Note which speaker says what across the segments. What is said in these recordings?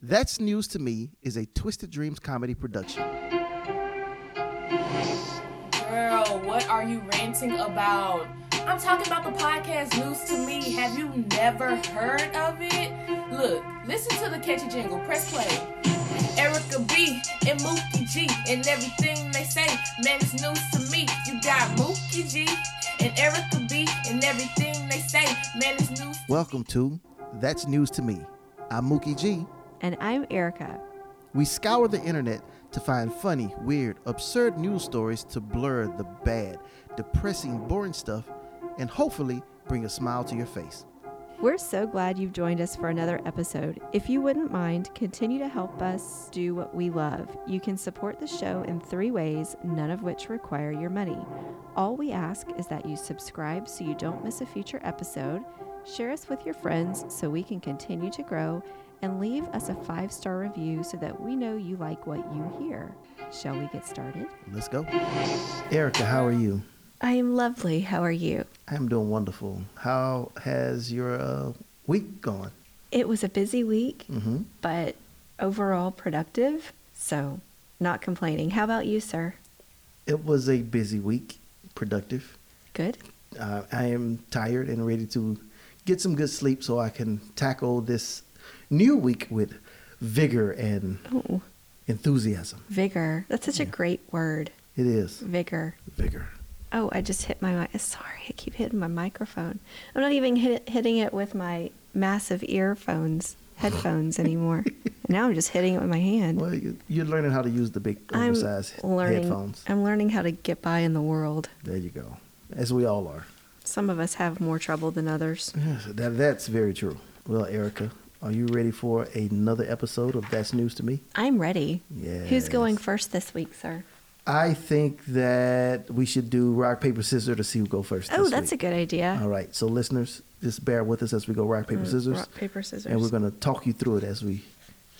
Speaker 1: That's News to Me is a Twisted Dreams comedy production.
Speaker 2: Girl, what are you ranting about? I'm talking about the podcast News to Me. Have you never heard of it? Look, listen to the catchy jingle. Press play. Erica B and Mookie G and everything they say, man, it's news to me. You got Mookie G and Erica B and everything they say, man, it's news.
Speaker 1: Welcome to That's News to Me. I'm Mookie G.
Speaker 3: And I'm Erica.
Speaker 1: We scour the internet to find funny, weird, absurd news stories to blur the bad, depressing, boring stuff and hopefully bring a smile to your face.
Speaker 3: We're so glad you've joined us for another episode. If you wouldn't mind, continue to help us do what we love. You can support the show in three ways, none of which require your money. All we ask is that you subscribe so you don't miss a future episode, share us with your friends so we can continue to grow, and leave us a five star review so that we know you like what you hear. Shall we get started?
Speaker 1: Let's go. Erica, how are you?
Speaker 3: I am lovely. How are you?
Speaker 1: I'm doing wonderful. How has your uh, week gone?
Speaker 3: It was a busy week,
Speaker 1: Mhm.
Speaker 3: but overall productive. So, not complaining. How about you, sir?
Speaker 1: It was a busy week, productive.
Speaker 3: Good.
Speaker 1: Uh, I am tired and ready to get some good sleep so I can tackle this new week with vigor and
Speaker 3: Oh,
Speaker 1: enthusiasm.
Speaker 3: vigor. That's such a great word.
Speaker 1: It is
Speaker 3: Vigor.
Speaker 1: vigor.
Speaker 3: Oh, I just hit my mic. Sorry, I keep hitting my microphone. I'm not even hit, hitting it with my massive earphones, headphones anymore. now I'm just hitting it with my hand.
Speaker 1: Well, you, you're learning how to use the big
Speaker 3: I'm
Speaker 1: oversized
Speaker 3: learning.
Speaker 1: headphones.
Speaker 3: I'm learning how to get by in the world.
Speaker 1: There you go. As we all are.
Speaker 3: Some of us have more trouble than others.
Speaker 1: Yes, that, that's very true. Well, Erica, are you ready for another episode of That's News to Me?
Speaker 3: I'm ready. Who's
Speaker 1: Yes.
Speaker 3: going first this week, sir?
Speaker 1: I think that we should do rock, paper, scissors to see who go first.
Speaker 3: Oh,
Speaker 1: this
Speaker 3: that's
Speaker 1: week.
Speaker 3: a good idea. Mm,
Speaker 1: All right, so listeners, just bear with us as we go rock, paper, scissors.
Speaker 3: rock, paper, scissors.
Speaker 1: And we're going to talk you through it as we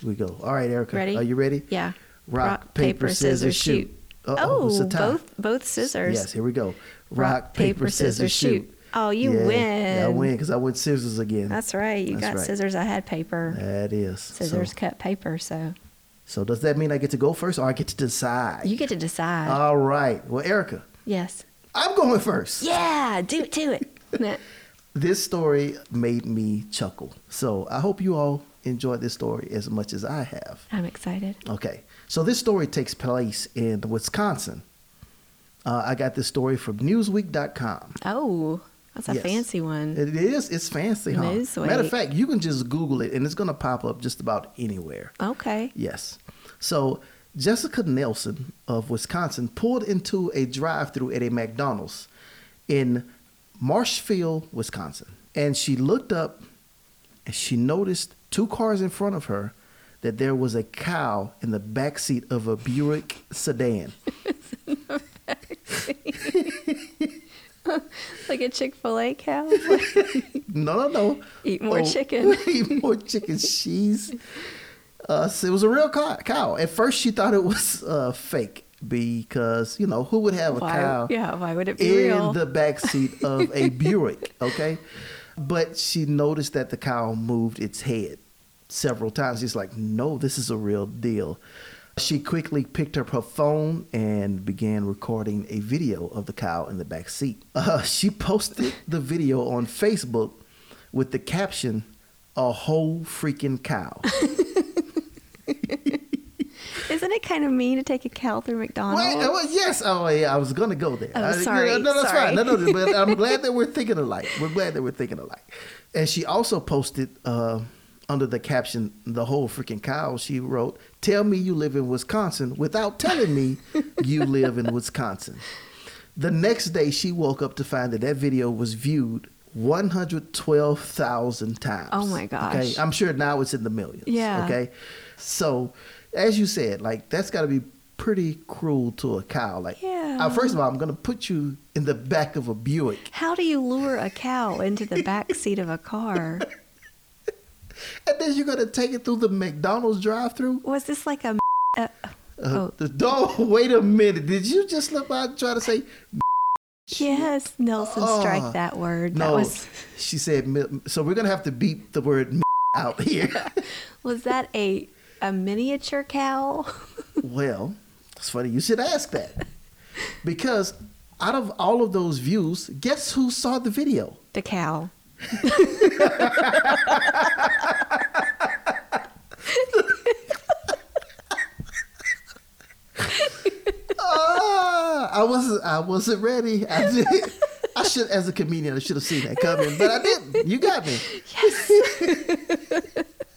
Speaker 1: we go. All right, Erica.
Speaker 3: Ready?
Speaker 1: Are you ready?
Speaker 3: Yeah.
Speaker 1: Rock, paper, scissors, shoot. Uh-oh, it's
Speaker 3: oh,
Speaker 1: a tie.
Speaker 3: both both scissors.
Speaker 1: Yes, here we go. Rock,
Speaker 3: Rock,
Speaker 1: paper,
Speaker 3: paper,
Speaker 1: scissors,
Speaker 3: scissors,
Speaker 1: shoot.
Speaker 3: shoot. Oh, you
Speaker 1: Yeah,
Speaker 3: win.
Speaker 1: I win because I went scissors again.
Speaker 3: That's right. You
Speaker 1: That's
Speaker 3: got
Speaker 1: right.
Speaker 3: scissors. I had paper.
Speaker 1: That is. So-
Speaker 3: scissors cut paper. So
Speaker 1: So does that mean I get to go first, or I get to decide?
Speaker 3: you get to decide.
Speaker 1: All right. Well, Erica,
Speaker 3: yes.
Speaker 1: I'm going first.
Speaker 3: Yeah. Do it. Do it. Nah.
Speaker 1: This story made me chuckle. So I hope you all enjoyed this story as much as I have.
Speaker 3: I'm excited.
Speaker 1: Okay. So this story takes place in Wisconsin. Uh, I got this story from Newsweek.com.
Speaker 3: Oh, that's a
Speaker 1: Yes.
Speaker 3: fancy one.
Speaker 1: It is. It's fancy, huh?
Speaker 3: Newsweek.
Speaker 1: Matter of fact, you can just Google it, and it's going to pop up just about anywhere.
Speaker 3: Okay.
Speaker 1: Yes. So Jessica Nelson of Wisconsin pulled into a drive through at a McDonald's in Marshfield, Wisconsin. And she looked up and she noticed two cars in front of her that there was a cow in the back seat of a Buick sedan.
Speaker 3: Like a Chick Fil A cow.
Speaker 1: No, no, no. Oh,
Speaker 3: Eat more chicken.
Speaker 1: Eat more chicken. She's. Uh, so it was a real cow, cow. At first, she thought it was uh, fake because you know who would have a
Speaker 3: Why-
Speaker 1: cow?
Speaker 3: yeah, why would it be
Speaker 1: in
Speaker 3: real?
Speaker 1: the backseat of a Buick? Okay, but she noticed that the cow moved its head several times. She's like, "No, this is a real deal." She quickly picked up her phone and began recording a video of the cow in the back seat. Uh, she posted the video on Facebook with the caption, "A whole freaking cow."
Speaker 3: Isn't it kind of mean to take a cow through McDonald's?
Speaker 1: Wait, uh, well, yes. Oh, yeah, I was going to go there.
Speaker 3: Oh,
Speaker 1: I- no,
Speaker 3: sorry,
Speaker 1: No, that's
Speaker 3: sorry.
Speaker 1: fine. No, no, but I'm glad that we're thinking alike. We're glad that we're thinking alike. And she also posted uh, under the caption, the whole freaking cow, she wrote, Tell me you live in Wisconsin without telling me you live in Wisconsin. The next day, she woke up to find that that video was viewed 112,000 times.
Speaker 3: Oh, my gosh.
Speaker 1: Okay, I'm sure now it's in the millions.
Speaker 3: Yeah.
Speaker 1: Okay. So, as you said, like that's got to be pretty cruel to a cow. Like,
Speaker 3: Yeah.
Speaker 1: uh, first of all, I'm gonna put you in the back of a Buick,
Speaker 3: How do you lure a cow into the back seat of a car?
Speaker 1: and then you're gonna take it through the McDonald's drive-through.
Speaker 3: Was this like a? Uh,
Speaker 1: Uh,
Speaker 3: oh,
Speaker 1: the dog. Wait a minute. Did you just slip out and try to say?
Speaker 3: yes, Nelson,
Speaker 1: Oh,
Speaker 3: strike that word.
Speaker 1: No,
Speaker 3: That was
Speaker 1: she said. "Mi- So we're gonna have to beat the word out here.
Speaker 3: Was that a a miniature cow?
Speaker 1: well, it's funny you should ask that. Because out of all of those views, guess who saw the video?
Speaker 3: The cow.
Speaker 1: Ah, I wasn't I wasn't ready. I, did, I should as a comedian I should have seen that coming, but I didn't. You got me. Yes.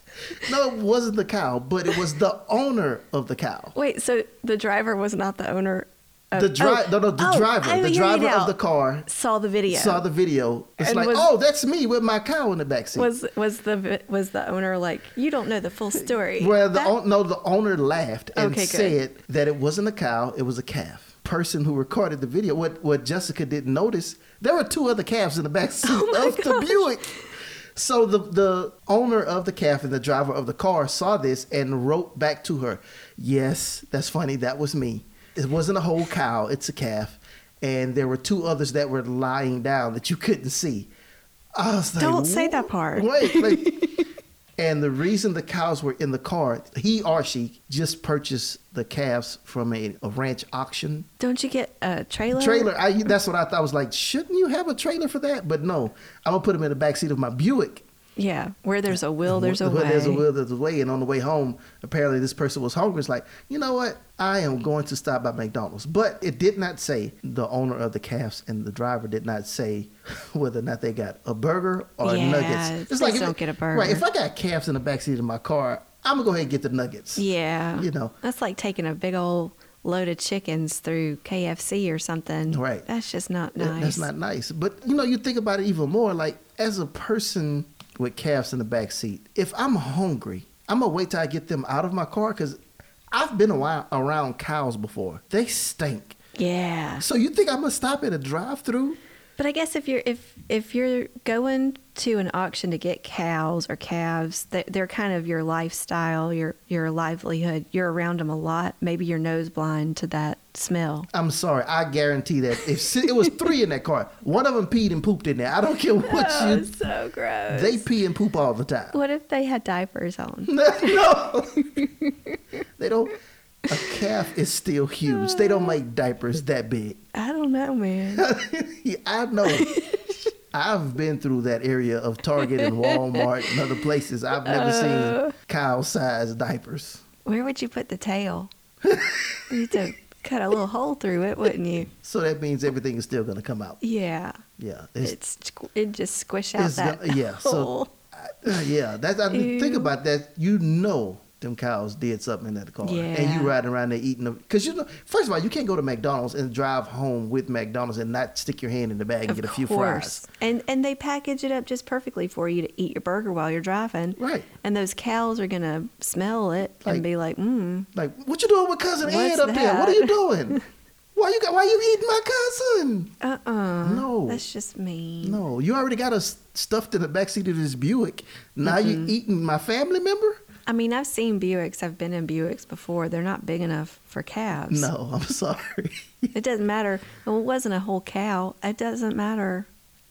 Speaker 1: no, it wasn't the cow, but it was the owner of the cow.
Speaker 3: Wait, so the driver was not the owner. Of,
Speaker 1: The driver,
Speaker 3: oh,
Speaker 1: no, no, the
Speaker 3: oh,
Speaker 1: driver,
Speaker 3: I'm
Speaker 1: the
Speaker 3: hearing
Speaker 1: driver
Speaker 3: now.
Speaker 1: of the car
Speaker 3: saw the video.
Speaker 1: saw the video. It's
Speaker 3: And
Speaker 1: like,
Speaker 3: was-
Speaker 1: oh, that's me with my cow in the backseat.
Speaker 3: was was the vi- was the owner like you don't know the full story?
Speaker 1: Well, the
Speaker 3: That-
Speaker 1: own no, the owner laughed and
Speaker 3: Okay, good.
Speaker 1: said that it wasn't a cow, it was a calf. Person who recorded the video, what what Jessica didn't notice, there were two other calves in the back seat
Speaker 3: Oh my
Speaker 1: of the
Speaker 3: gosh.
Speaker 1: Buick. So the the owner of the calf and the driver of the car saw this and wrote back to her, "Yes, that's funny. That was me. It wasn't a whole cow. It's a calf." And there were two others that were lying down that you couldn't see. I was like,
Speaker 3: Don't say that
Speaker 1: "Wha-
Speaker 3: part."
Speaker 1: Wait, like, and the reason the cows were in the car, he or she just purchased the calves from a, a ranch auction
Speaker 3: don't you get a trailer?
Speaker 1: trailer. I, that's what I thought. I was like, shouldn't you have a trailer for that? But no, I'm gonna put them in the back seat of my Buick.
Speaker 3: Yeah, where there's a will, there's a
Speaker 1: Where
Speaker 3: way.
Speaker 1: There's a will, there's a way. And on the way home, apparently this person was hungry. It's like, you know what? I am going to stop by McDonald's. But it did not say the owner of the calves and the driver did not say whether or not they got a burger or
Speaker 3: Yeah,
Speaker 1: nuggets.
Speaker 3: please
Speaker 1: if-
Speaker 3: don't get a
Speaker 1: Right. If I
Speaker 3: burger.
Speaker 1: got calves in the backseat of my car, I'm gonna go ahead and get the nuggets.
Speaker 3: Yeah,
Speaker 1: You know.
Speaker 3: that's like taking a big old load of chickens through KFC or something.
Speaker 1: Right.
Speaker 3: That's just not
Speaker 1: That-
Speaker 3: nice.
Speaker 1: That's not nice. But you know, you think about it even more. Like as a person with calves in the back seat, if I'm hungry, I'm gonna wait till I get them out of my car because I've been around, around cows before. They stink.
Speaker 3: Yeah.
Speaker 1: So you think I'm gonna stop at a drive-through?
Speaker 3: But I guess if you're if if you're going to an auction to get cows or calves, they're, they're kind of your lifestyle, your your livelihood. You're around them a lot. Maybe you're nose blind to that smell.
Speaker 1: I'm sorry. I guarantee that if si- it was three in that car, one of them peed and pooped in there. I don't care what you.
Speaker 3: so gross.
Speaker 1: They pee and poop all the time.
Speaker 3: what if they had diapers on?
Speaker 1: no, they don't. A calf is still huge. They don't make diapers that big.
Speaker 3: I don't know, man.
Speaker 1: Yeah, I know. I've been through that area of Target and Walmart and other places. I've never
Speaker 3: Uh.
Speaker 1: seen cow-sized diapers.
Speaker 3: Where would you put the tail? You'd have to cut a little hole through it, wouldn't you?
Speaker 1: So that means everything is still going to come out.
Speaker 3: Yeah.
Speaker 1: Yeah, it's,
Speaker 3: It's it just squish out
Speaker 1: it's
Speaker 3: that
Speaker 1: go- yeah.
Speaker 3: hole.
Speaker 1: So I- uh, yeah, that's I didn't think
Speaker 3: Ew.
Speaker 1: about that. You know, them cows did something in that car, and
Speaker 3: Yeah.
Speaker 1: you riding around there eating them. Because you know, first of all, you can't go to McDonald's and drive home with McDonald's and not stick your hand in the bag and
Speaker 3: Of
Speaker 1: get a few
Speaker 3: course.
Speaker 1: fries.
Speaker 3: And and they package it up just perfectly for you to eat your burger while you're driving.
Speaker 1: Right.
Speaker 3: And those cows are gonna smell it
Speaker 1: Like-
Speaker 3: and be like, mm.
Speaker 1: Like, what you doing with cousin Ed
Speaker 3: What's
Speaker 1: up there? What are you
Speaker 3: that?
Speaker 1: doing? why you got? Why you eating my cousin?
Speaker 3: Uh uh
Speaker 1: No.
Speaker 3: That's just mean.
Speaker 1: No, you already got us stuffed in the backseat of this Buick. Now you eating my family member?
Speaker 3: I mean, I've seen Buicks. I've been in Buicks before. They're not big enough for calves.
Speaker 1: No, I'm sorry.
Speaker 3: It doesn't matter. Well, it wasn't a whole cow. It doesn't matter.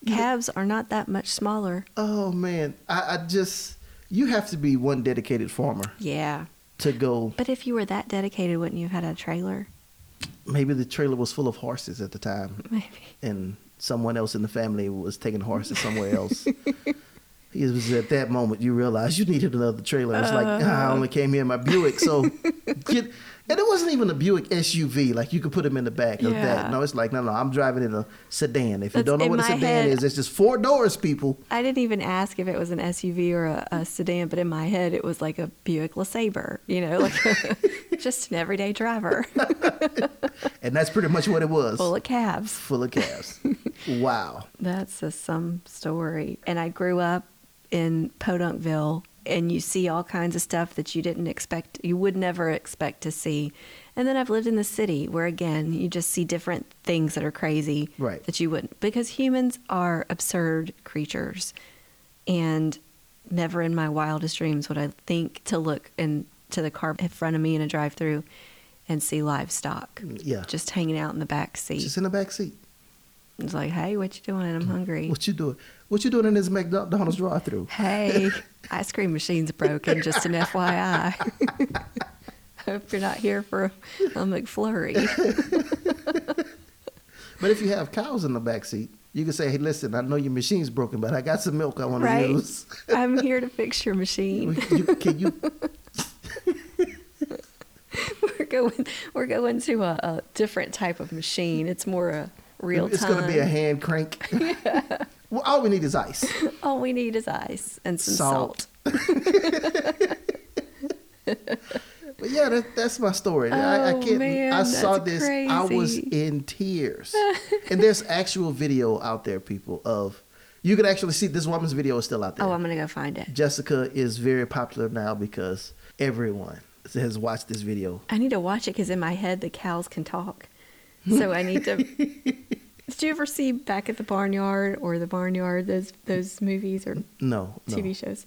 Speaker 3: Calves are not that much smaller.
Speaker 1: oh man, I, I just you have to be one dedicated farmer
Speaker 3: Yeah.
Speaker 1: to go.
Speaker 3: But if you were that dedicated, wouldn't you have had a trailer?
Speaker 1: Maybe the trailer was full of horses at the time,
Speaker 3: Maybe.
Speaker 1: and someone else in the family was taking horses somewhere else. It was at that moment you realized you needed another trailer. It's like
Speaker 3: Uh-huh.
Speaker 1: "Ah, I only came here in my Buick, so get. And it wasn't even a Buick SUV. Like you could put them in the back of
Speaker 3: Yeah.
Speaker 1: that. No, it's like no, no. I'm driving in a sedan. If you
Speaker 3: That's
Speaker 1: don't know
Speaker 3: in
Speaker 1: what a
Speaker 3: my
Speaker 1: sedan
Speaker 3: head.
Speaker 1: is, it's just four doors, people.
Speaker 3: I didn't even ask if it was an SUV or a, a sedan, but in my head it was like a Buick LeSabre, you know, like just an everyday driver
Speaker 1: And that's pretty much what it was.
Speaker 3: full of calves.
Speaker 1: Full of calves. wow.
Speaker 3: That's a some story. And I grew up in Podunkville, and you see all kinds of stuff that you didn't expect, you would never expect to see. And then I've lived in the city where, again, you just see different things that are crazy
Speaker 1: Right.
Speaker 3: that you wouldn't, because humans are absurd creatures. And never in my wildest dreams would I think to look in to the car in front of me in a drive through and see livestock
Speaker 1: Mm, Yeah. Just,
Speaker 3: just hanging out in the back seat.
Speaker 1: in the back seat. Mm.
Speaker 3: It's like, hey, what you doing? I'm hungry.
Speaker 1: What you doing? What you doing in this McDonald's drive-through?
Speaker 3: Hey, ice cream machine's broken, just an FYI. Hope you're not here for a McFlurry.
Speaker 1: But if you have cows in the back seat, you can say, "Hey, listen, I know your machine's broken, but I got some milk I want
Speaker 3: Right.
Speaker 1: to use.
Speaker 3: I'm here to fix your machine.
Speaker 1: You- can you
Speaker 3: We're going we're going to a, a different type of machine. It's more a real
Speaker 1: It's
Speaker 3: time.
Speaker 1: going to be a hand crank. well, all we need is ice.
Speaker 3: All we need is ice and some
Speaker 1: Salt.
Speaker 3: salt.
Speaker 1: But yeah, that, that's my story. I, I
Speaker 3: Oh,
Speaker 1: can't.
Speaker 3: man,
Speaker 1: I saw
Speaker 3: that's
Speaker 1: this. I was
Speaker 3: crazy.
Speaker 1: in tears. and there's actual video out there, people. Of you can actually see this woman's video is still out there.
Speaker 3: Oh, I'm gonna go find it.
Speaker 1: Jessica is very popular now because everyone has watched this video.
Speaker 3: I need to watch it because in my head the cows can talk. So I need to. Did you ever see Back at the Barnyard or the Barnyard? Those those movies or
Speaker 1: No, no.
Speaker 3: TV shows.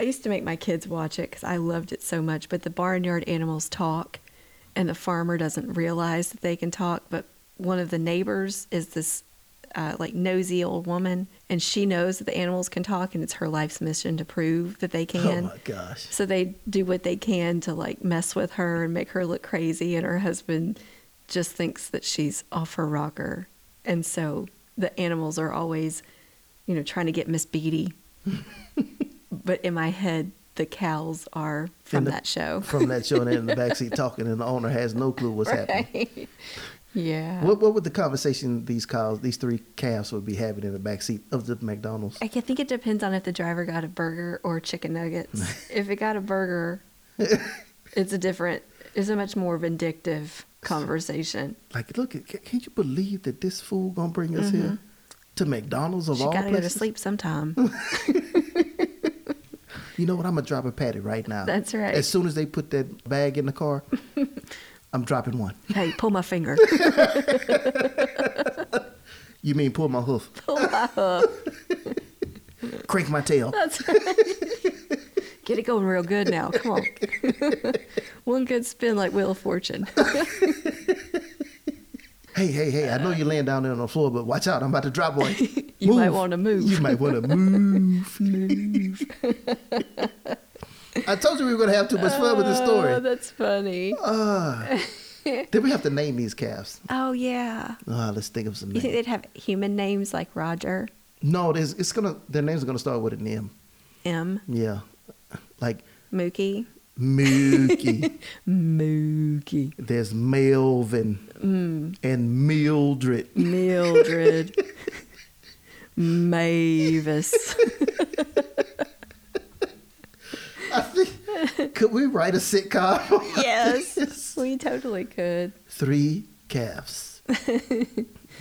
Speaker 3: I used to make my kids watch it because I loved it so much. But the barnyard animals talk, and the farmer doesn't realize that they can talk. But one of the neighbors is this uh, like nosy old woman, and she knows that the animals can talk, and it's her life's mission to prove that they
Speaker 1: Oh
Speaker 3: can.
Speaker 1: my gosh.
Speaker 3: So they do what they can to like mess with her and make her look crazy, and her husband just thinks that she's off her rocker. And so the animals are always, you know, trying to get Miss Beatty. but in my head, the cows are from
Speaker 1: In the-
Speaker 3: that show.
Speaker 1: From that show, and they're in the backseat talking, and the owner has no clue what's happening.
Speaker 3: Right? yeah.
Speaker 1: What, what would the conversation these cows, these three calves, would be having in the backseat of the McDonald's?
Speaker 3: I can- think it depends on if the driver got a burger or chicken nuggets. if it got a burger, it's a different, it's a much more vindictive conversation.
Speaker 1: Like, look, can, can you believe that this fool gonna bring us here to McDonald's of
Speaker 3: Mm-hmm. She
Speaker 1: all
Speaker 3: gotta
Speaker 1: places?
Speaker 3: go to sleep sometime.
Speaker 1: You know what? I'm gonna drop a patty right now.
Speaker 3: That's right.
Speaker 1: As soon as they put that bag in the car, I'm dropping one.
Speaker 3: hey, pull my finger.
Speaker 1: You mean pull my hoof? Pull my hoof. Crank my tail.
Speaker 3: That's right. Get it going real good now. Come on. One good spin like Wheel of Fortune.
Speaker 1: Hey, hey, hey! I know you're laying down there on the floor, but watch out! I'm about to drop one.
Speaker 3: You might wanna move.
Speaker 1: You might want to move. move. I told you we were gonna have too much fun with this
Speaker 3: Oh,
Speaker 1: story.
Speaker 3: that's funny.
Speaker 1: Uh, then we have to name these calves.
Speaker 3: Oh yeah.
Speaker 1: Uh, let's think of some
Speaker 3: You think
Speaker 1: names.
Speaker 3: they'd have human names like Roger,
Speaker 1: No, there's, it's gonna. Their names are gonna start with an M.
Speaker 3: M,
Speaker 1: Yeah, like
Speaker 3: Mookie,
Speaker 1: Mookie.
Speaker 3: Mookie,
Speaker 1: There's Melvin
Speaker 3: Mm.
Speaker 1: and Mildred.
Speaker 3: Mildred, Mavis.
Speaker 1: I think, could we write a sitcom?
Speaker 3: Yes, we totally could.
Speaker 1: Three calves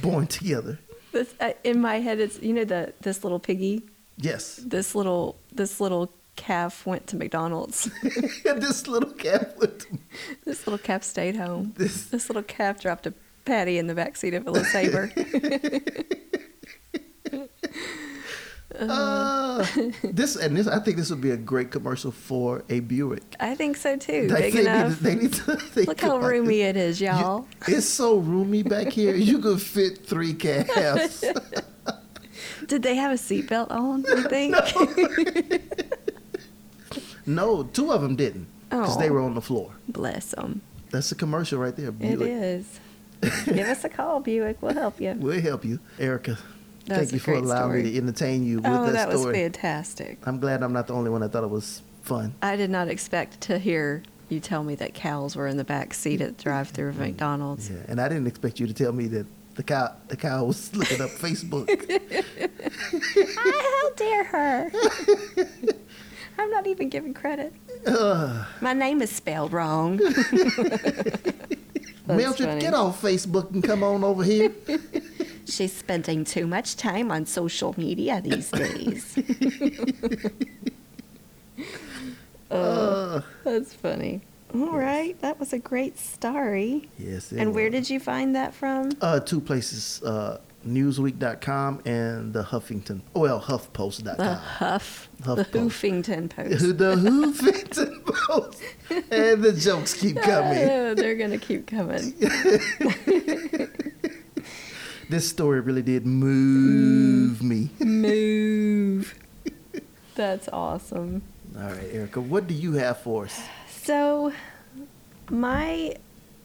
Speaker 1: born together.
Speaker 3: This, uh, in my head, it's you know the this little piggy,
Speaker 1: Yes.
Speaker 3: this little this little calf went to McDonald's.
Speaker 1: this little calf with
Speaker 3: This little calf stayed home.
Speaker 1: This-
Speaker 3: This, little calf dropped a patty in the backseat of a little saber. Uh-huh.
Speaker 1: uh, this and this. I think this would be a great commercial for a Buick.
Speaker 3: I think so too.
Speaker 1: Like,
Speaker 3: Big
Speaker 1: they, need,
Speaker 3: enough.
Speaker 1: they need to think
Speaker 3: Look how
Speaker 1: about
Speaker 3: roomy
Speaker 1: this.
Speaker 3: it is,
Speaker 1: You-
Speaker 3: y'all.
Speaker 1: it's so roomy back here. You could fit three calves.
Speaker 3: Did they have a seatbelt on? You think?
Speaker 1: no, two of them didn't because they
Speaker 3: Oh.
Speaker 1: were on the floor.
Speaker 3: Bless them.
Speaker 1: That's a commercial right there.
Speaker 3: It
Speaker 1: Buick.
Speaker 3: is. Give us a call, Buick. We'll help you.
Speaker 1: We'll help you, Erica.
Speaker 3: That
Speaker 1: thank
Speaker 3: was a
Speaker 1: you for
Speaker 3: great
Speaker 1: allowing me
Speaker 3: story.
Speaker 1: to entertain you with
Speaker 3: Oh, that was
Speaker 1: story. Uh,
Speaker 3: fantastic.
Speaker 1: I'm glad I'm not the only one that thought it was fun.
Speaker 3: I did not expect to hear you tell me that cows were in the back seat at the drive-through
Speaker 1: Mm.
Speaker 3: of McDonald's.
Speaker 1: Yeah, and I didn't expect you to tell me that the cow the cow was looking up Facebook.
Speaker 3: How dare her? I'm not even giving credit.
Speaker 1: Uh,
Speaker 3: My name is spelled wrong. That's
Speaker 1: Mildred,
Speaker 3: funny.
Speaker 1: get off Facebook and come on over here.
Speaker 3: She's spending too much time on social media these days.
Speaker 1: Uh,
Speaker 3: That's funny. All right, that was a great story.
Speaker 1: yes. it
Speaker 3: And where
Speaker 1: was.
Speaker 3: did you find that from?
Speaker 1: uh two places uh newsweek.com and the huffington well huffpost.com
Speaker 3: The Huff, the
Speaker 1: HuffPost.
Speaker 3: Hoofington
Speaker 1: Uh, Who
Speaker 3: Post.
Speaker 1: the huffington post and the jokes keep coming
Speaker 3: Oh, they're gonna keep coming.
Speaker 1: This story really did move me.
Speaker 3: Move. That's awesome.
Speaker 1: All right, Erica, what do you have for us?
Speaker 3: So, my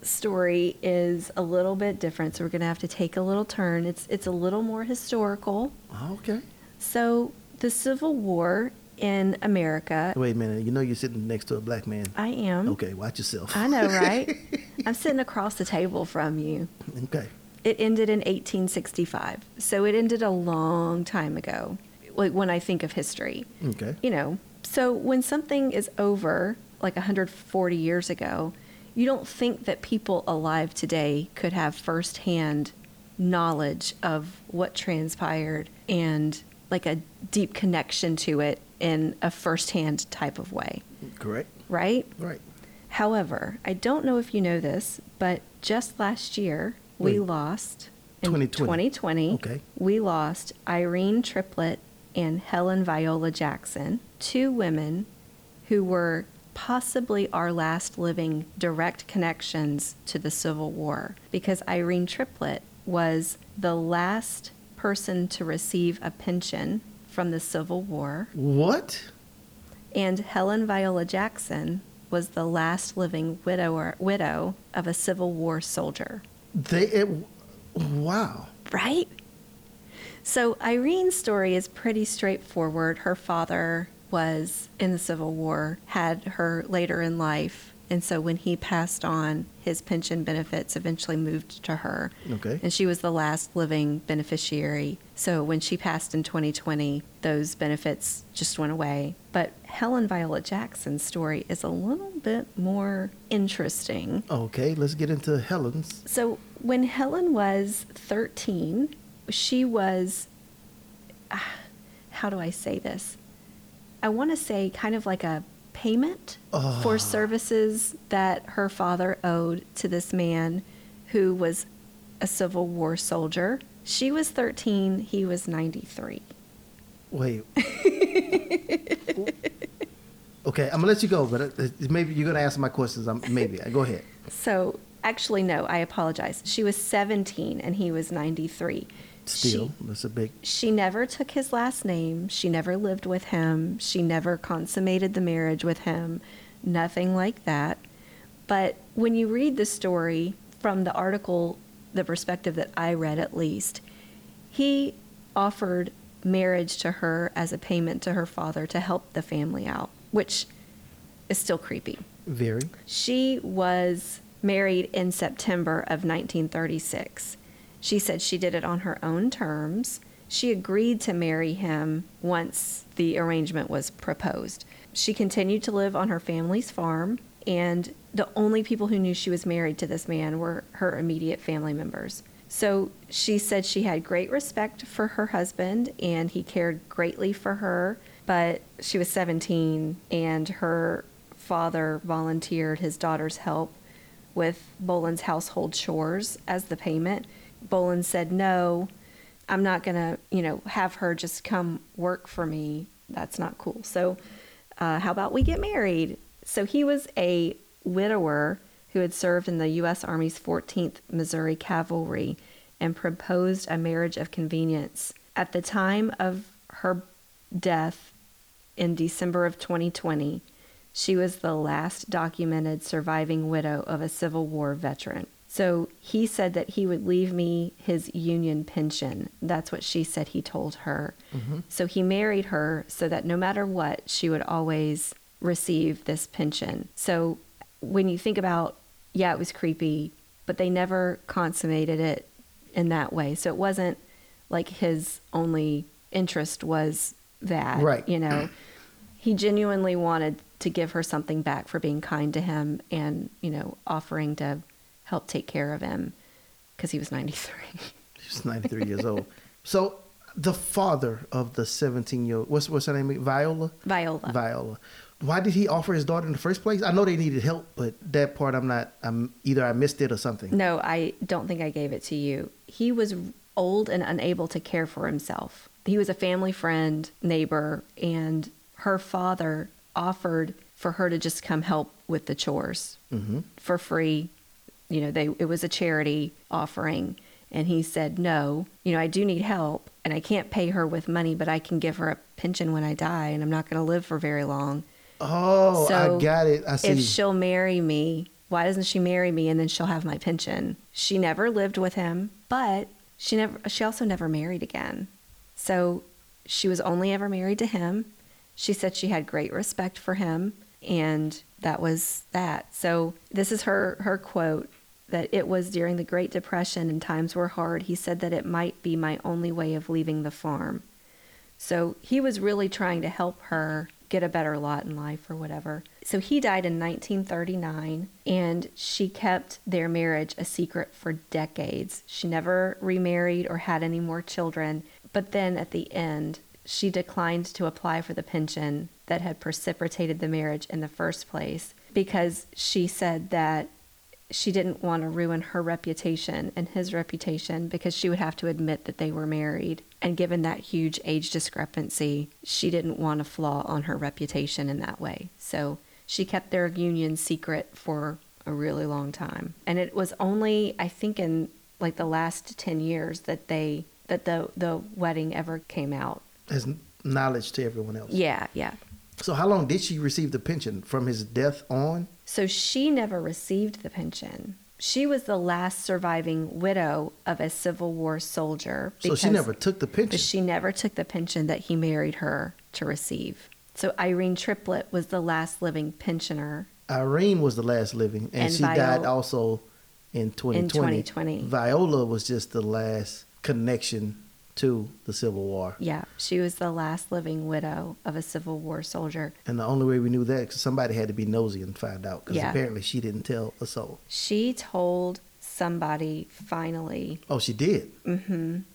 Speaker 3: story is a little bit different, so we're going to have to take a little turn. It's it's a little more historical.
Speaker 1: Okay.
Speaker 3: So, the Civil War in America.
Speaker 1: Wait a minute. You know you're sitting next to a black man.
Speaker 3: I am.
Speaker 1: Okay, watch yourself.
Speaker 3: I know, right? I'm sitting across the table from you.
Speaker 1: Okay.
Speaker 3: It ended in 1865. So, it ended a long time ago. Like when I think of history
Speaker 1: Okay.
Speaker 3: you know, so when something is over, like 140 years ago, you don't think that people alive today could have firsthand knowledge of what transpired and like a deep connection to it in a firsthand type of way,
Speaker 1: Correct.
Speaker 3: right?
Speaker 1: Right.
Speaker 3: However, I don't know if you know this, but just last year we
Speaker 1: Wait.
Speaker 3: lost in
Speaker 1: 2020.
Speaker 3: 2020,
Speaker 1: Okay.
Speaker 3: we lost Irene Triplett and Helen Viola Jackson, two women who were possibly our last living direct connections to the Civil War because Irene Triplett was the last person to receive a pension from the Civil War
Speaker 1: What?
Speaker 3: and Helen Viola Jackson was the last living widower, widow of a Civil War soldier.
Speaker 1: They. It, wow.
Speaker 3: Right? So Irene's story is pretty straightforward. Her father was in the Civil War, had her later in life. And so when he passed on, his pension benefits eventually moved to her.
Speaker 1: Okay.
Speaker 3: And she was the last living beneficiary. So when she passed in 2020, those benefits just went away. But Helen Viola Jackson's story is a little bit more interesting.
Speaker 1: Okay, let's get into Helen's.
Speaker 3: So when Helen was 13, she was, ah, how do I say this? I want to say kind of like a payment for services that her father owed to this man who was a Civil War soldier. She was 13, he was 93.
Speaker 1: Wait. okay, I'm gonna let you go, but uh, maybe you're gonna ask my questions. I'm, maybe go ahead.
Speaker 3: So actually, no, I apologize. She was 17 and he was 93. She-
Speaker 1: Still, that's a big.
Speaker 3: She never took his last name. She never lived with him. She never consummated the marriage with him. Nothing like that. But when you read the story from the article, the perspective that I read at least, he offered marriage to her as a payment to her father to help the family out, which is still creepy.
Speaker 1: Very.
Speaker 3: She was married in September of 1936. She said she did it on her own terms. She agreed to marry him once the arrangement was proposed. She continued to live on her family's farm, and the only people who knew she was married to this man were her immediate family members. So she said she had great respect for her husband and he cared greatly for her, but she was 17 and her father volunteered his daughter's help with Boland's household chores as the payment. Boland said, No, I'm not going to, you know, have her just come work for me. That's not cool. So, uh, how about we get married? So, he was a widower who had served in the U.S. Army's 14th Missouri Cavalry and proposed a marriage of convenience. At the time of her death, in December of 2020, she was the last documented surviving widow of a Civil War veteran. So he said that he would leave me his Union pension. That's what she said he told her. So he married her so that no matter what, she would always receive this pension. So when you think about, yeah, it was creepy, but they never consummated it in that way. So it wasn't like his only interest was that,
Speaker 1: Right.
Speaker 3: you know he genuinely wanted to give her something back for being kind to him and you know offering to help take care of him because he was 93
Speaker 1: She's 93 years old. So the father of the 17 year old. What's what's her name? Viola.
Speaker 3: viola
Speaker 1: Viola. Why did he offer his daughter in the first place? I know they needed help, but that part I'm not. I'm either I missed it or something.
Speaker 3: no i don't think i gave it to you he was old and unable to care for himself he was a family friend neighbor and her father offered for her to just come help with the chores for free you know they it was a charity offering And he said, No, you know, I do need help and I can't pay her with money, but I can give her a pension when I die and I'm not going to live for very long.
Speaker 1: Oh,
Speaker 3: So,
Speaker 1: I got it. I
Speaker 3: If
Speaker 1: see.
Speaker 3: she'll marry me, why doesn't she marry me and then she'll have my pension? She never lived with him, but she never she also never married again. So she was only ever married to him. She said she had great respect for him and that was that. So this is her her quote that it was during the Great Depression and times were hard. He said that it might be my only way of leaving the farm. So he was really trying to help her get a better lot in life or whatever. So he died in 1939, and she kept their marriage a secret for decades. She never remarried or had any more children. But then at the end, she declined to apply for the pension that had precipitated the marriage in the first place because she said that she didn't want to ruin her reputation and his reputation because she would have to admit that they were married. And given that huge age discrepancy, she didn't want to flaw on her reputation in that way. So she kept their union secret for a really long time. And it was only, I think, in like the last 10 years that they that the the wedding ever came out.
Speaker 1: As knowledge to everyone else.
Speaker 3: Yeah, yeah.
Speaker 1: So, how long did she receive the pension from his death on?
Speaker 3: So she never received the pension. She was the last surviving widow of a Civil War soldier.
Speaker 1: So she
Speaker 3: because-
Speaker 1: never took the pension.
Speaker 3: But she never took the pension that he married her to receive. So Irene Triplett was the last living pensioner
Speaker 1: Irene was the last living, and,
Speaker 3: And
Speaker 1: she
Speaker 3: Viola-
Speaker 1: died also in 2020.
Speaker 3: in 2020.
Speaker 1: Viola was just the last connection to the Civil War.
Speaker 3: Yeah, she was the last living widow of a Civil War soldier.
Speaker 1: And the only way we knew that, 'cause somebody had to be nosy and find out, because
Speaker 3: Yeah.
Speaker 1: apparently she didn't tell a soul.
Speaker 3: She told somebody finally
Speaker 1: Oh, she did.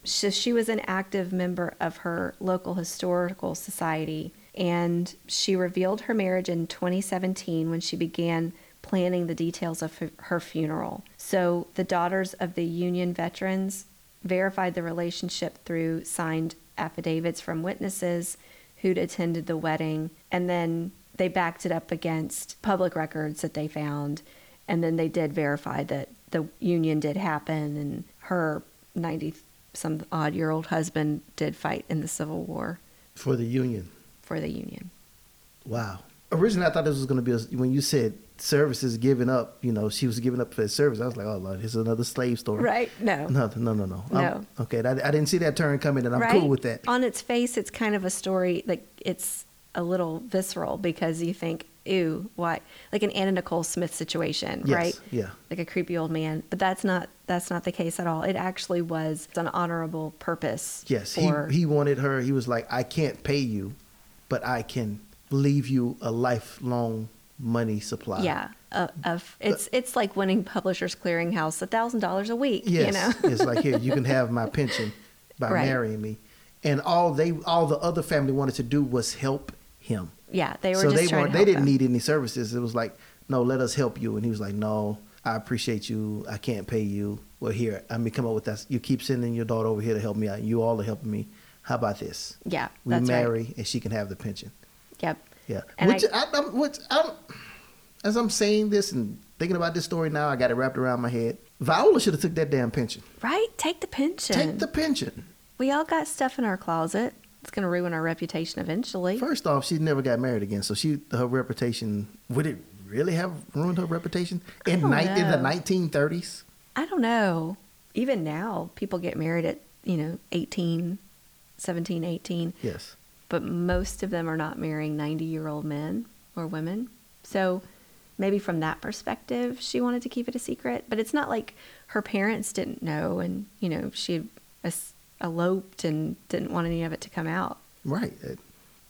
Speaker 3: so she was an active member of her local historical society and she revealed her marriage in 2017 when she began planning the details of her- her funeral so the daughters of the union veterans verified the relationship through signed affidavits from witnesses who'd attended the wedding and then they backed it up against public records that they found and then they did verify that the union did happen and her 90 some odd year old husband did fight in the Civil War
Speaker 1: For the Union.
Speaker 3: for the Union.
Speaker 1: Wow. Originally, I thought this was going to be a, when you said services giving up, you know, she was giving up for the service. I was like, oh, Lord, here's another slave story.
Speaker 3: Right? No.
Speaker 1: No, no, no, no. I'm- okay, I, I didn't see that turn coming, and I'm
Speaker 3: right?
Speaker 1: cool with that.
Speaker 3: On its face, it's kind of a story, like it's a little visceral because you think, ew, why? Like an Anna Nicole Smith situation,
Speaker 1: Yes,
Speaker 3: right?
Speaker 1: yeah.
Speaker 3: Like a creepy old man. But that's not that's not the case at all. It actually was an honorable purpose.
Speaker 1: Yes,
Speaker 3: for,
Speaker 1: he he wanted her. He was like, I can't pay you, but I can leave you a lifelong money supply.
Speaker 3: yeah.
Speaker 1: Uh,
Speaker 3: Of, of it's it's like winning Publishers Clearinghouse a thousand dollars a week.
Speaker 1: Yes,
Speaker 3: You know.
Speaker 1: it's like here you can have my pension by
Speaker 3: Right.
Speaker 1: marrying me, and all they all the other family wanted to do was help him.
Speaker 3: Yeah, they were
Speaker 1: so
Speaker 3: just
Speaker 1: they
Speaker 3: trying
Speaker 1: weren't.
Speaker 3: to
Speaker 1: They
Speaker 3: help
Speaker 1: didn't
Speaker 3: them.
Speaker 1: need any services. It was like, no, let us help you. And he was like, no, I appreciate you. I can't pay you. Well, here, I mean, come up with that. You keep sending your daughter over here to help me out. You all are helping me. How about this?
Speaker 3: Yeah,
Speaker 1: we
Speaker 3: that's right.
Speaker 1: marry, and she can have the pension.
Speaker 3: Yep.
Speaker 1: Yeah.
Speaker 3: And
Speaker 1: which I, I, am which I'm, as I'm saying this and thinking about this story now, I got it wrapped around my head. Viola should have took that damn pension.
Speaker 3: Right? Take the pension.
Speaker 1: Take the pension.
Speaker 3: we all got stuff in our closet. It's going to ruin our reputation eventually.
Speaker 1: First off, she never got married again, so she her reputation would it really have ruined her reputation in
Speaker 3: don't
Speaker 1: ni- in the
Speaker 3: know.
Speaker 1: 1930s?
Speaker 3: I don't know. Even now, people get married at, you know, 18, 17, 18,
Speaker 1: Yes.
Speaker 3: but most of them are not marrying 90 year old men or women. So maybe from that perspective, she wanted to keep it a secret, but it's not like her parents didn't know and, you know, she es- eloped and didn't want any of it to come out.
Speaker 1: Right. It-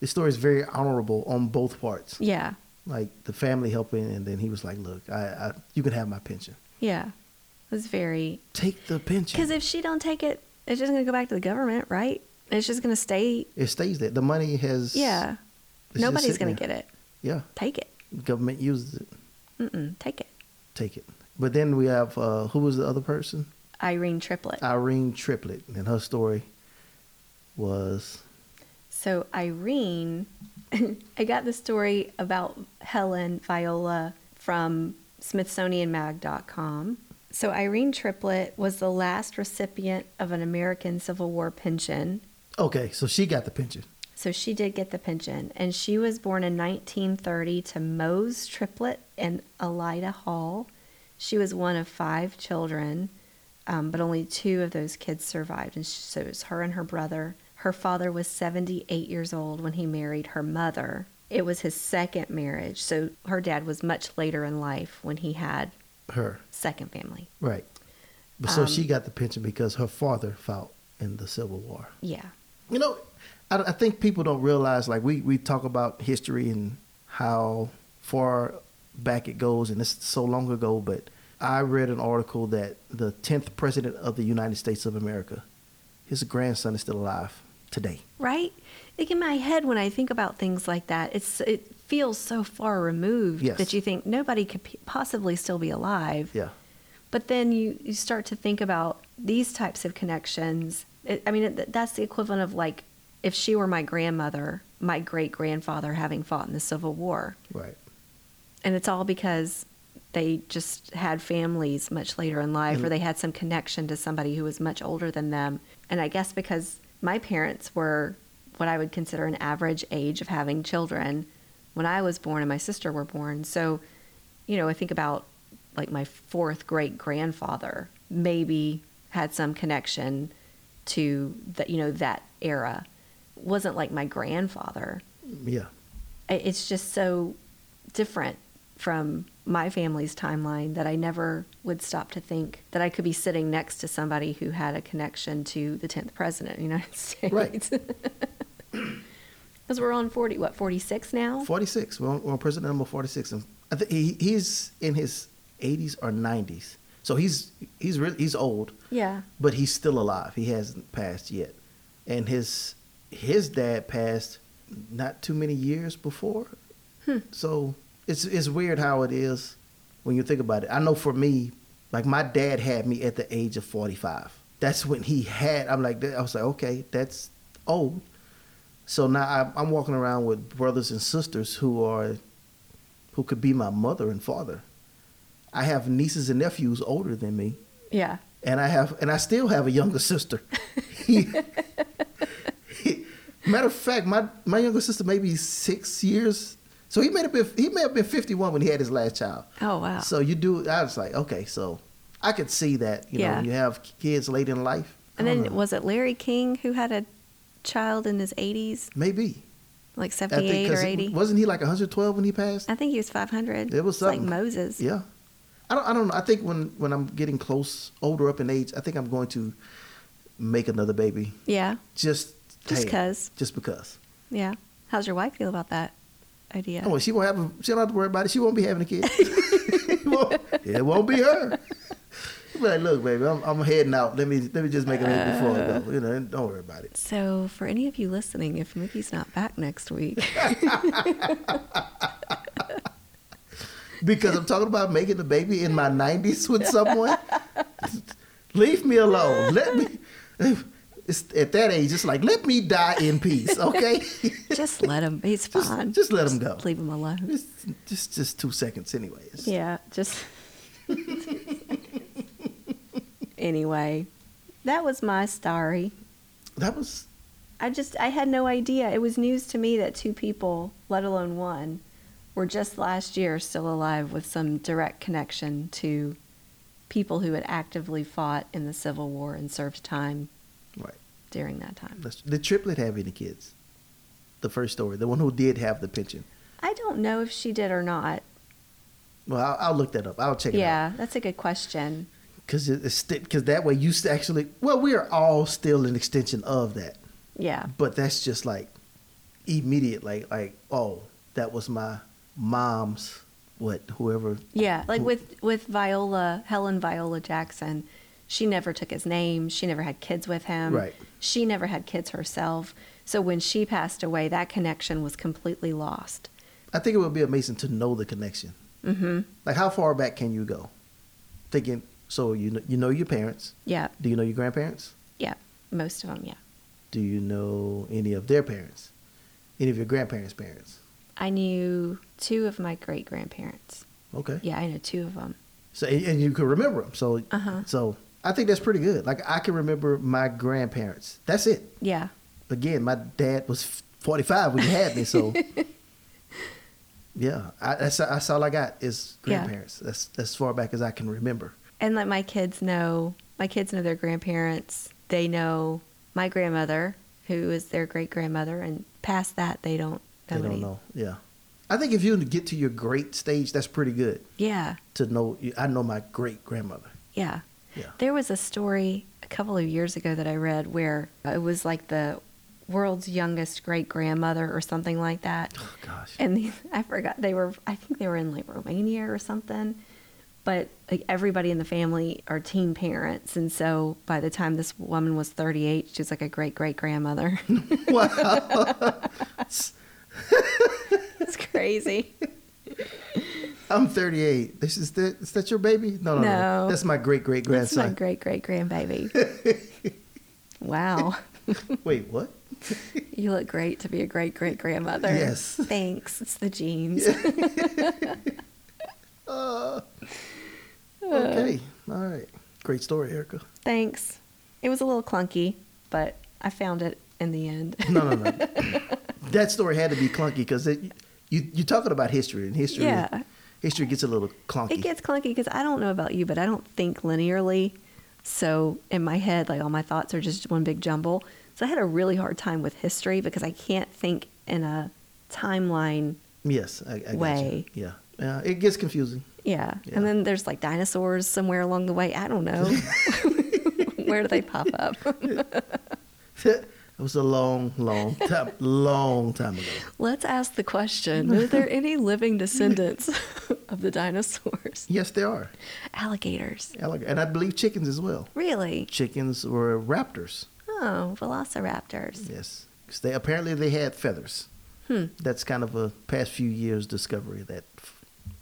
Speaker 1: This story is very honorable on both parts.
Speaker 3: Yeah.
Speaker 1: Like the family helping, and then he was like, "Look, I, I you can have my pension.
Speaker 3: Yeah. It was very
Speaker 1: Take the
Speaker 3: Because
Speaker 1: pension.
Speaker 3: if she don't take it, it's just gonna go back to the government, right? It's just gonna stay.
Speaker 1: It stays there. The money has
Speaker 3: Yeah,
Speaker 1: it's just
Speaker 3: nobody's
Speaker 1: sitting
Speaker 3: gonna
Speaker 1: there.
Speaker 3: get it.
Speaker 1: Yeah,
Speaker 3: Take it.
Speaker 1: government uses it.
Speaker 3: Mm-mm, take it.
Speaker 1: take it. But then we have uh, who was the other person?
Speaker 3: Irene Triplett.
Speaker 1: Irene Triplett, and her story was
Speaker 3: so Irene, I got the story about Helen Viola from SmithsonianMag.com. So Irene Triplett was the last recipient of an American Civil War pension.
Speaker 1: Okay, so she got the pension.
Speaker 3: So she did get the pension, and she was born in 1930 to Mose Triplett and Elida Hall. She was one of five children, um, but only two of those kids survived, and sh so it was her and her brother. Her father was 78 years old when he married her mother. It was his second marriage, so her dad was much later in life when he had
Speaker 1: Her, Um,
Speaker 3: second family.
Speaker 1: right. But so she got the pension because her father fought in the Civil War.
Speaker 3: Yeah.
Speaker 1: You know, I, I think people don't realize like we we talk about history and how far back it goes, and it's so long ago. But I read an article that the tenth president of the United States of America, his grandson is still alive today.
Speaker 3: Right? Like in my head, when I think about things like that, it's it feels so far removed
Speaker 1: Yes.
Speaker 3: that you think nobody could p- possibly still be alive.
Speaker 1: Yeah,
Speaker 3: But then you, you start to think about these types of connections. It, I mean, it, that's the equivalent of like if she were my grandmother, my great grandfather having fought in the Civil War.
Speaker 1: right.
Speaker 3: And it's all because they just had families much later in life or
Speaker 1: Mhm.
Speaker 3: they had some connection to somebody who was much older than them. And I guess because my parents were what I would consider an average age of having children when I was born and my sister were born. So, you know, I think about like my fourth great grandfather maybe had some connection to that, you know, that era. Wasn't like my grandfather
Speaker 1: Yeah,
Speaker 3: i- it's just so different from my family's timeline that I never would stop to think that I could be sitting next to somebody who had a connection to the 10th president of the United States.
Speaker 1: Right.
Speaker 3: Because we're on 40, what, 46 now?
Speaker 1: forty six. We're, on- we're on president number forty six, and I think he he's in his eighties or nineties. So he's he's really he's old.
Speaker 3: Yeah.
Speaker 1: but he's still alive. He hasn't passed yet, and his his dad passed not too many years before. So it's it's weird how it is when you think about it. I know for me, like my dad had me at the age of forty five. That's when he had. I'm like I was like okay, that's old. So now I'm, I'm walking around with brothers and sisters who are who could be my mother and father. I have nieces and nephews older than me
Speaker 3: Yeah.
Speaker 1: and I have and I still have a younger sister. He- he- matter of fact, my my younger sister may be six years. So he may have been he may have been fifty one when he had his last child.
Speaker 3: Oh, wow.
Speaker 1: So you do I was like, okay, so I could see that, you know,
Speaker 3: Yeah.
Speaker 1: when you have kids late in life. I
Speaker 3: and
Speaker 1: don't
Speaker 3: then
Speaker 1: know.
Speaker 3: was it Larry King who had a child in his 80s,
Speaker 1: maybe.
Speaker 3: like
Speaker 1: I think
Speaker 3: 78
Speaker 1: because
Speaker 3: or 80?
Speaker 1: wasn't he like 112 when he passed?
Speaker 3: I think he was 500.
Speaker 1: It was
Speaker 3: It's like
Speaker 1: something.
Speaker 3: Moses.
Speaker 1: Yeah. I don't I don't know. I think when when I'm getting close older up in age, I think I'm going to make another baby.
Speaker 3: Yeah.
Speaker 1: Just
Speaker 3: Just
Speaker 1: hey,
Speaker 3: 'cause.
Speaker 1: Just because.
Speaker 3: Yeah. How's your wife feel about that idea?
Speaker 1: Oh, she won't have. A, she don't have to worry about it. She won't be having a kid. it, won't, it won't be her. She'll be like, look, baby, I'm, I'm heading out. Let me let me just make a baby before I go. You know, and don't worry about it.
Speaker 3: So, for any of you listening, if Mickey's not back next week,
Speaker 1: Because I'm talking about making a baby in my 90s with someone. Leave me alone. Let me. It's, at that age, it's like let me die in peace. Okay,
Speaker 3: just let him. He's
Speaker 1: Just-
Speaker 3: fine.
Speaker 1: just let him go.
Speaker 3: Leave him alone.
Speaker 1: it's just just two seconds, anyways.
Speaker 3: Yeah, just. anyway, that was my story.
Speaker 1: That was
Speaker 3: I just, I had no idea. It was news to me that two people, let alone one, were just last year still alive with some direct connection to people who had actively fought in the Civil War and served time
Speaker 1: right.
Speaker 3: during that time.
Speaker 1: That's, did triplet have any kids? The first story, the one who did have the pension.
Speaker 3: I don't know if she did or not.
Speaker 1: Well, I'll, I'll look that up. I'll check it out
Speaker 3: Yeah, that's a good question.
Speaker 1: because it's because that way you s- actually. Well, we are all still an extension of that,
Speaker 3: Yeah.
Speaker 1: but that's just like immediate. Like like oh, that was my mom's what whoever.
Speaker 3: Yeah, Hmm. like
Speaker 1: who-
Speaker 3: with with Viola, Helen Viola Jackson, she never took his name. She never had kids with him.
Speaker 1: Right.
Speaker 3: She never had kids herself. So when she passed away, that connection was completely lost.
Speaker 1: I think it would be amazing to know the connection. Mm-hmm. Like how far back can you go? Thinking so you know, you know your parents.
Speaker 3: Yeah.
Speaker 1: Do you know your grandparents?
Speaker 3: Yeah. Most of them, yeah.
Speaker 1: Do you know any of their parents? Any of your grandparents' parents?
Speaker 3: I knew two of my great grandparents.
Speaker 1: Okay.
Speaker 3: Yeah, I know two of them.
Speaker 1: So and and you could remember them. So
Speaker 3: Uh-huh.
Speaker 1: so I think that's pretty good. Like I can remember my grandparents. That's it.
Speaker 3: Yeah.
Speaker 1: Again, my dad was 45 when he had me, so yeah, I, that's that's all I got is
Speaker 3: Yeah.
Speaker 1: grandparents. That's as far back as I can remember.
Speaker 3: And let my kids know, my kids know their grandparents. They know my grandmother, who is their great grandmother, and past that, they don't know.
Speaker 1: They don't
Speaker 3: any-
Speaker 1: know. Yeah, I think if you get to your great stage, that's pretty good
Speaker 3: Yeah,
Speaker 1: to know. I know my great grandmother.
Speaker 3: yeah.
Speaker 1: Yeah.
Speaker 3: There was a story a couple of years ago that I read where it was like the world's youngest great grandmother or something like that.
Speaker 1: Oh gosh.
Speaker 3: And the, I forgot they were. I think they were in like Romania or something. But like everybody in the family are teen parents, and so by the time this woman was 38, she was like a great great grandmother. it's crazy.
Speaker 1: I'm 38. This is that. Is that your baby? No, no, no.
Speaker 3: No.
Speaker 1: That's my great great
Speaker 3: That's my
Speaker 1: grandson.
Speaker 3: great great grandbaby. wow,
Speaker 1: Wait, what?
Speaker 3: you look great to be a great great grandmother.
Speaker 1: Yes.
Speaker 3: thanks. It's the genes.
Speaker 1: Okay. All right. Great story, Erica.
Speaker 3: Thanks. It was a little clunky, but I found it in the end.
Speaker 1: No, no, no. that story had to be clunky because you you're talking about history and history.
Speaker 3: Yeah.
Speaker 1: History gets a little clunky.
Speaker 3: It gets clunky because I don't know about you, but I don't think linearly. So in my head, like all my thoughts are just one big jumble. So I had a really hard time with history because I can't think in a timeline.
Speaker 1: yes, I, I gotcha.
Speaker 3: way.
Speaker 1: Yeah. Yeah. It gets confusing.
Speaker 3: Yeah.
Speaker 1: Yeah.
Speaker 3: And then there's like dinosaurs somewhere along the way. I don't know. Where do they pop up?
Speaker 1: it was a long, long time, long time ago.
Speaker 3: Let's ask the question Are there any living descendants of the dinosaurs?
Speaker 1: Yes, there are.
Speaker 3: Alligators.
Speaker 1: Allig- And I believe chickens as well.
Speaker 3: Really?
Speaker 1: Chickens were raptors.
Speaker 3: Oh, velociraptors.
Speaker 1: Yes, 'Cause they apparently they had feathers.
Speaker 3: Hmm.
Speaker 1: That's kind of a past few years discovery that f-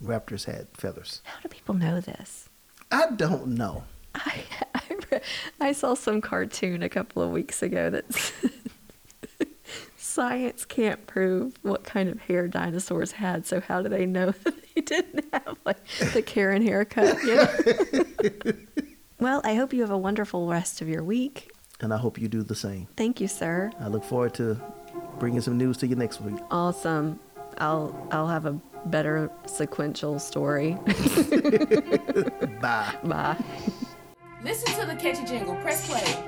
Speaker 1: raptors had feathers.
Speaker 3: How do people know this?
Speaker 1: I don't know.
Speaker 3: I, I, re- I saw some cartoon a couple of weeks ago that said, science can't prove what kind of hair dinosaurs had, so how do they know that they didn't have like the Karen haircut? You know? well, I hope you have a wonderful rest of your week.
Speaker 1: And I hope you do the same.
Speaker 3: Thank you, sir.
Speaker 1: I look forward to bringing some news to you next week.
Speaker 3: Awesome. I'll I'll have a better sequential story.
Speaker 1: Bye.
Speaker 3: Bye.
Speaker 2: Listen to the catchy jingle, press play.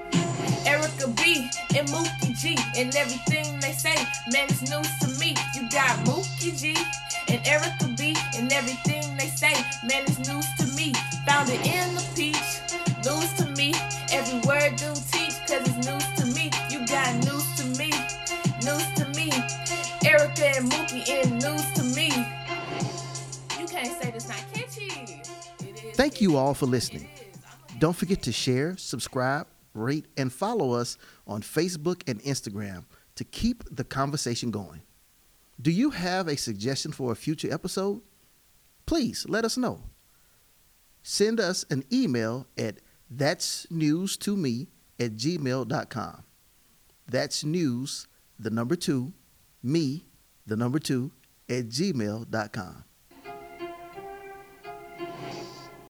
Speaker 2: Erica B and Mookie G and everything they say, man, it's news to me. You got Mookie G and Erica B and everything they say, man, it's news to me. Found it in the peach, news to me. Every word do teach, cause it's news to me. You got news to me, news to me. Erica and Mookie and news to me. You can't say this not catchy. It is
Speaker 1: Thank you
Speaker 2: catchy.
Speaker 1: all for listening.
Speaker 2: It is. I'm a-
Speaker 1: Don't forget to share, subscribe, rate, and follow us on Facebook and Instagram to keep the conversation going. Do you have a suggestion for a future episode? Please let us know. Send us an email at that's news to me at gmail.com. That's news, the number two, me, the number two, at gmail.com.